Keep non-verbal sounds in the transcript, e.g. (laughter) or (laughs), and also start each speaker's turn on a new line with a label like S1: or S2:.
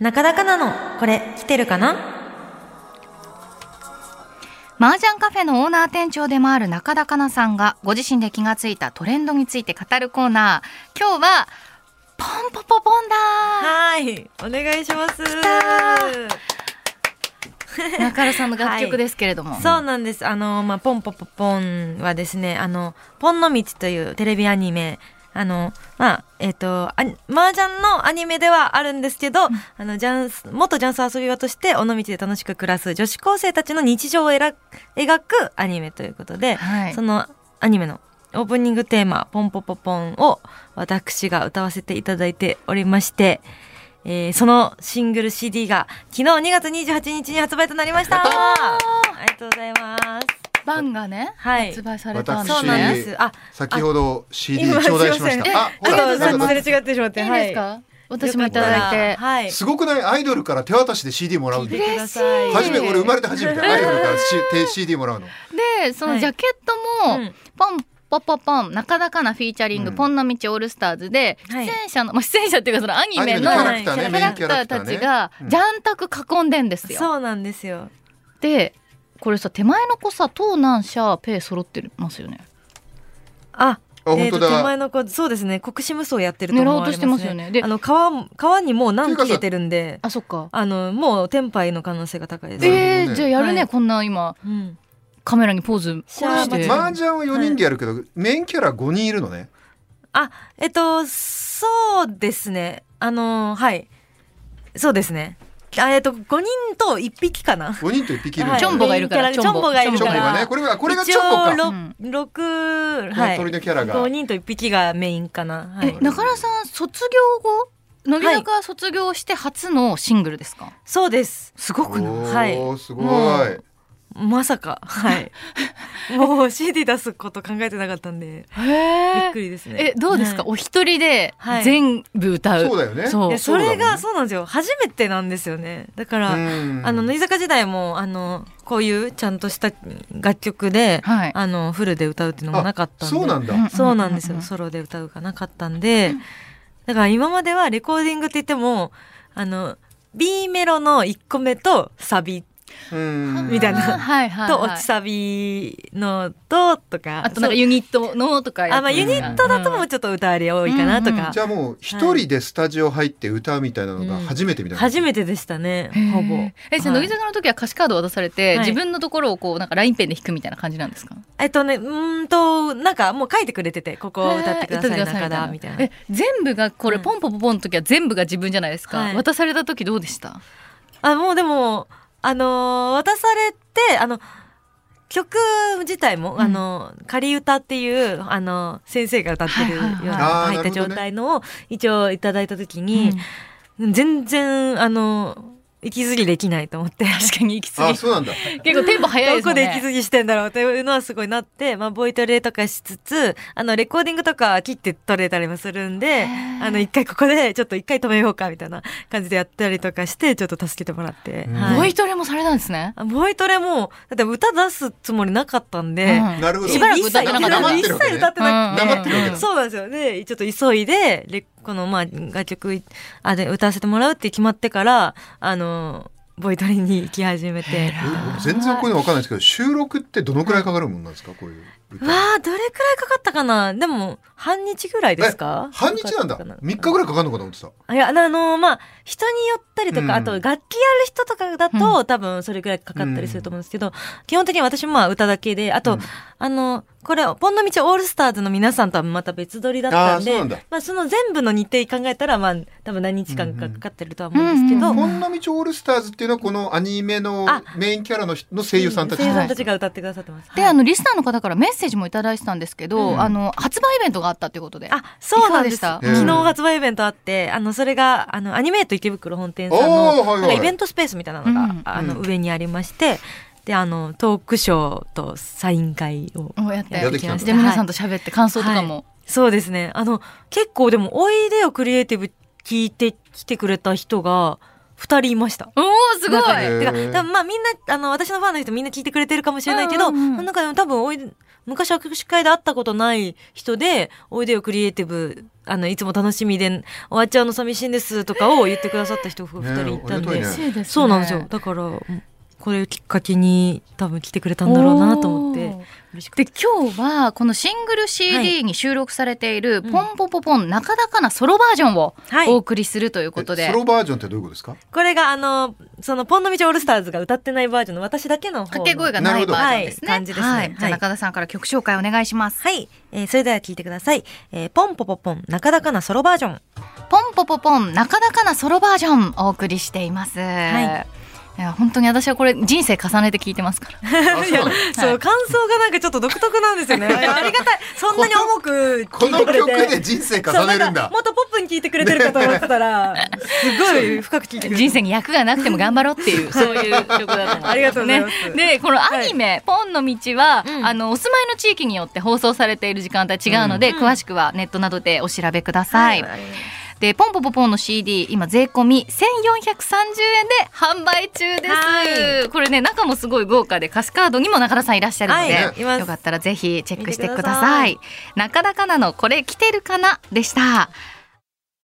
S1: 中田かなの、これ、来てるかな
S2: 麻雀カフェのオーナー店長でもある中田香奈さんがご自身で気がついたトレンドについて語るコーナー今日はポンポポポンだ
S1: はい、お願いします。
S2: ー中田さんの楽曲ですけれども、
S1: そうなんです。あの、まあ、ポンポポポンはですね、あの、ポンの道というテレビアニメ、あの、まあ、えっ、と、あ麻雀のアニメではあるんですけど、あの、ジャンス、元ジャンス遊び場として、尾道で楽しく暮らす女子高生たちの日常をえら描くアニメということで、
S2: はい
S1: そのアニメのオープニングテーマ、ポンポポポンを私が歌わせていただいておりまして、えーそのシングル CD が昨日2月28日に発売となりました。ありがとうございます。
S2: バンがね、
S1: はい
S2: 発売されたんで
S1: そうなんです。あ、
S3: 先ほど CD 頂戴しまし
S1: 今すい
S3: た。あ、
S1: あ
S3: ほ
S1: りがとうご
S3: ら、
S1: ざい
S3: な
S1: ま
S3: ん
S1: す。す
S3: か
S1: れ違ってしまっ
S2: い
S1: て、
S2: いん
S1: は
S2: です
S1: い。
S2: か、私もいただいて
S1: はい。
S3: すごくないアイドルから手渡しで CD もらうの。
S2: い
S1: 嬉しい
S3: 初め俺生まれて
S1: (laughs)
S3: 初めてアイドルから C- 手 CD もらうの。
S2: でそのジャケットも、
S1: うん
S2: ポンポポポン中田かなフィーチャリング、
S3: うん
S2: ポンの道オールスターズで出
S1: はい
S2: 演者の、まあ、出演者っていうかそのアニメの
S3: ア
S2: キ
S3: ニ
S1: は
S2: ャ
S3: メのキャラクターね、
S1: い
S3: メイ
S2: ラ
S3: ンキ
S2: ク
S3: ャ
S2: ター
S3: ラクター
S2: た
S3: ね。
S2: ちが
S3: うん
S2: ジャンタク囲んでんですよ。
S1: そうなんですよ。
S2: でこれさ手前の子さ東南シャーペイ揃ってますよね。
S1: あ、
S3: あ
S1: え
S3: 本
S1: ー
S3: 当
S1: と
S3: だ
S1: 手前の子、そうですね。国士無双やってると思われます、ね。
S2: 狙おうとしてますよねで
S1: あの川も川にもう何
S3: ていうかさ
S1: 消えてるんで、
S2: あそっか。
S1: あのもう天敗の可能性が高いです。
S2: えー、
S3: なるほどね
S2: じゃあやるね、
S1: はい
S2: こんな今
S1: うん。
S2: カメラにポーズ
S1: シャー
S2: して。
S1: ま
S3: 麻雀は4人でやるけど、メインキャラ5人いるのね。
S1: あ、えっとそうですね。あのはい、そうですね。あえっと五人と一匹かな。
S3: 5人と1匹いるん
S1: は
S3: だ
S1: い
S2: チョンボがいるから
S1: チョンボがいる
S3: チ
S1: か
S3: ョンボ
S1: ら。
S3: がね、これがこれがチョンボ
S1: 一応
S3: か。
S1: ろ
S2: うん
S1: 六、は。
S3: はいい、鳥のキャラが。
S1: 5人と1匹がメインかな、は
S2: え
S1: い、
S2: 中田さん卒業後乃木坂卒業して初のシングルですか。
S1: そうです
S2: すごくない。
S3: お
S1: はい
S3: ーすごい。
S1: もうまさかはい
S2: (laughs)
S1: もう CD 出すこと考えてなかったんでび
S2: へ
S1: っくりですね
S2: えどうですか、
S1: はい
S2: お一人で
S1: はい
S2: 全部歌う、
S3: そうだよね。
S2: そう
S1: いやそれが
S3: そ
S1: そうなんですよ初めてなんですよねだから、
S3: うん
S1: あの乃木坂時代もあのこういうちゃんとした楽曲で、
S2: はい
S1: あのフルで歌うっていうのもなかったんで
S3: そうなんだ。
S1: そうなんです
S2: う
S1: よ。
S2: ん
S1: ソロで歌うがなかったんで、だから今まではレコーディングって言っても、あの、B メロの1個目とサビ
S3: うん
S1: みたいな
S2: あーはいはいはい、
S1: と落ちサビのととか、
S2: あとなん
S1: そ
S2: か
S1: う
S2: ユニットのとかやつ
S1: あ、まあユニットだともちょっと歌あり多いかなと
S2: うんう
S1: か
S3: じ、ゃあもう一人でスタジオ入って歌うみたいなのが初めてみたいな。
S1: 初
S3: て。
S1: めてでしたね
S2: へー、
S1: ほぼ。
S2: えじゃあ
S1: は
S2: 乃
S1: い
S2: 木坂の時は歌詞カードを渡され
S1: は
S2: て、
S1: い
S2: 自分のところをこうなんかラインペンで弾くみたいな感じなんですか、
S1: えっとね、うーんと、なんかもう書いてくれてて、ここを歌ってくださ
S2: へ
S1: い、
S2: ー歌
S1: 中田、みたいな
S2: え。全部がこれ、
S1: うん
S2: ポンポポポンの時は全部が自分じゃないですか、
S1: はい
S2: 渡された時どうでした
S1: あ、もうでも、あのー渡されて、あの、曲自体も、
S2: ん
S1: あの、仮歌っていう、あの、先生が歌ってるよう
S2: はい
S1: な
S2: はいはい
S3: あー
S1: 入った状態のを一応いただいたとき
S2: うん
S1: に、全然、あの、息継ぎできないと思って。
S2: 確かに行き過
S3: あ、
S2: ぎ
S3: そうなんだ。
S2: 結構テンポ早い
S1: ど
S2: です
S1: こ
S2: もんね
S1: で息継ぎしてんだろうというのはすごいなって、まあ、ボイトレとかしつつ、あの、レコーディングとか切って取れたりもするんで、あの、一回ここでちょっと一回止めようかみたいな感じでやったりとかして、ちょっと助けてもらって。
S3: うん
S1: はい
S2: ボイトレもされたんですね、
S1: あボイトレも、だって歌出すつもりなかったんで、
S2: うん
S3: なるほど。
S2: しばらく歌ってなかった
S1: 一切一切歌ってな
S2: うん
S1: く
S2: 黙っててるわけ
S3: だ
S1: そうなんですよね。ちょっと急いで、レこの、まあ、楽曲、あ、で、歌わせてもらうって決まってから、あの、ボイトレに行き始めて。
S3: え僕全然こういうのわかんないですけど、収録ってどのくらいかかるもんなんですか、こういう歌。
S1: わあ、どれくらいかかったかなでも、半日ぐらいですか
S3: え半日なんだ。三日ぐ
S1: らい
S3: らいかかるのかと思ってた。
S1: あいや、あの、まあ、人によったりとか、
S3: うん
S1: あと楽器やる人とかだと、多分それぐらいかかったりすると思うんですけど、基本的に私もまあ歌だけで、あと、
S3: うん
S1: あの、これ、ポンの道オールスターズの皆さんとはまた別撮りだったん
S3: あ
S1: で、
S3: ーそうなんだ
S1: まあその全部の日程考えたら、まあ多分何日間かかかってるとは思うんですけど、
S2: うんうんうん
S3: こんな道オールスターズっていうのはこのアニメの
S1: あ
S3: メインキャラの人の声優さんたち
S1: 声優さんた
S3: です
S1: ち
S3: か。
S1: が歌ってくださってます。
S2: で
S1: はい
S2: あのリスナーの方からメッセージもいただいてたんですけど、
S3: うん
S2: あの発売イベントがあったということで。
S1: あ、そうなんです。
S2: いか
S3: がでした
S1: 昨日発売イベントあって、あの、それが、あの、アニメート池袋本店さん
S3: お
S1: の、
S3: ーはいはい
S1: なんかイベントスペースみたいなのが、
S2: うん
S1: あの、
S3: うん
S1: 上にありまして、で、あの、トークショーとサイン会を。
S2: をやって
S3: やってきたんだ
S2: じゃあ皆さんと喋って感想とかも、
S1: そうですね。あの、結構でも、おいでよクリエイティブ聞いてきてくれた人が、二人いました。
S2: おおすごい
S1: 中に
S3: へー
S1: てか、多分まあみんな、あの、私のファンの人みんな聞いてくれてるかもしれないけど、
S2: うんうんうん
S1: なんかでも多分おいで、昔握手会で会ったことない人で、おいでよクリエイティブ、あの、いつも楽しみで、終わっちゃうの寂しいんですとかを言ってくださった人が二人いたん
S3: ねえあ
S1: で、
S3: りがたい
S2: いですね
S1: そうなんですよ。だから、うんこれをきっかけに多分来てくれたんだろうなと思って
S2: お、ー
S1: 嬉しく
S2: で
S1: て。
S2: 今日はこのシングル
S1: は
S2: CD に収録されている「
S1: うん
S2: ポンポポポン中高なソロバージョン」を
S1: はい
S2: お送りするということで、
S3: えソロバージョンってどういうことですか
S1: これがあの、その、ポンの道オールスターズが歌ってないバージョンの私だけの方の
S2: 掛け声がないバージョンですね。
S1: なるほどはい感じですね
S2: は
S1: はい
S2: じゃあ中田さんから曲紹介お願いします。
S1: はい、えーそれでは聞いてください。えーポンポポポン、なかなかなソロバージョン。
S2: ポンポポポン中高なソロバージョンお送りしています。いや本当に私はこれ人生重ねて聞いてますから。
S3: あそうなの
S1: そう、感想がなんかちょっと独特なんですよね。ありがたい。そんなに重く
S3: こ
S1: 聞い
S3: の
S1: てくれて。
S3: 曲で人生重ねるん
S1: そうなか
S3: だ
S1: もっとポップに聞いてくれてるかと思ってた
S3: (laughs)
S1: ら、すごい深く聞い (laughs) てくれて。
S2: 人生に役がなくても頑張ろうっていうそういう曲だと思います、ね、
S1: ありがとうございます
S2: でこのアニメ「ポンの道は」
S1: うん
S2: あのお住まいの地域によって放送されている時間帯違うので、
S1: うん
S2: 詳しくはネットなどでお調べください、
S1: はい
S2: でポンポポポンの CD 今税込み1430円で販売中です、
S1: は
S2: これね中もすごい豪華で歌詞カードにも中田さんいらっしゃるので、
S1: はいいます
S2: よかったらぜひチェックしてく
S1: 見
S2: だ
S1: てくだ
S2: さ
S1: さ
S2: い中田かなのこれ来てるかなでした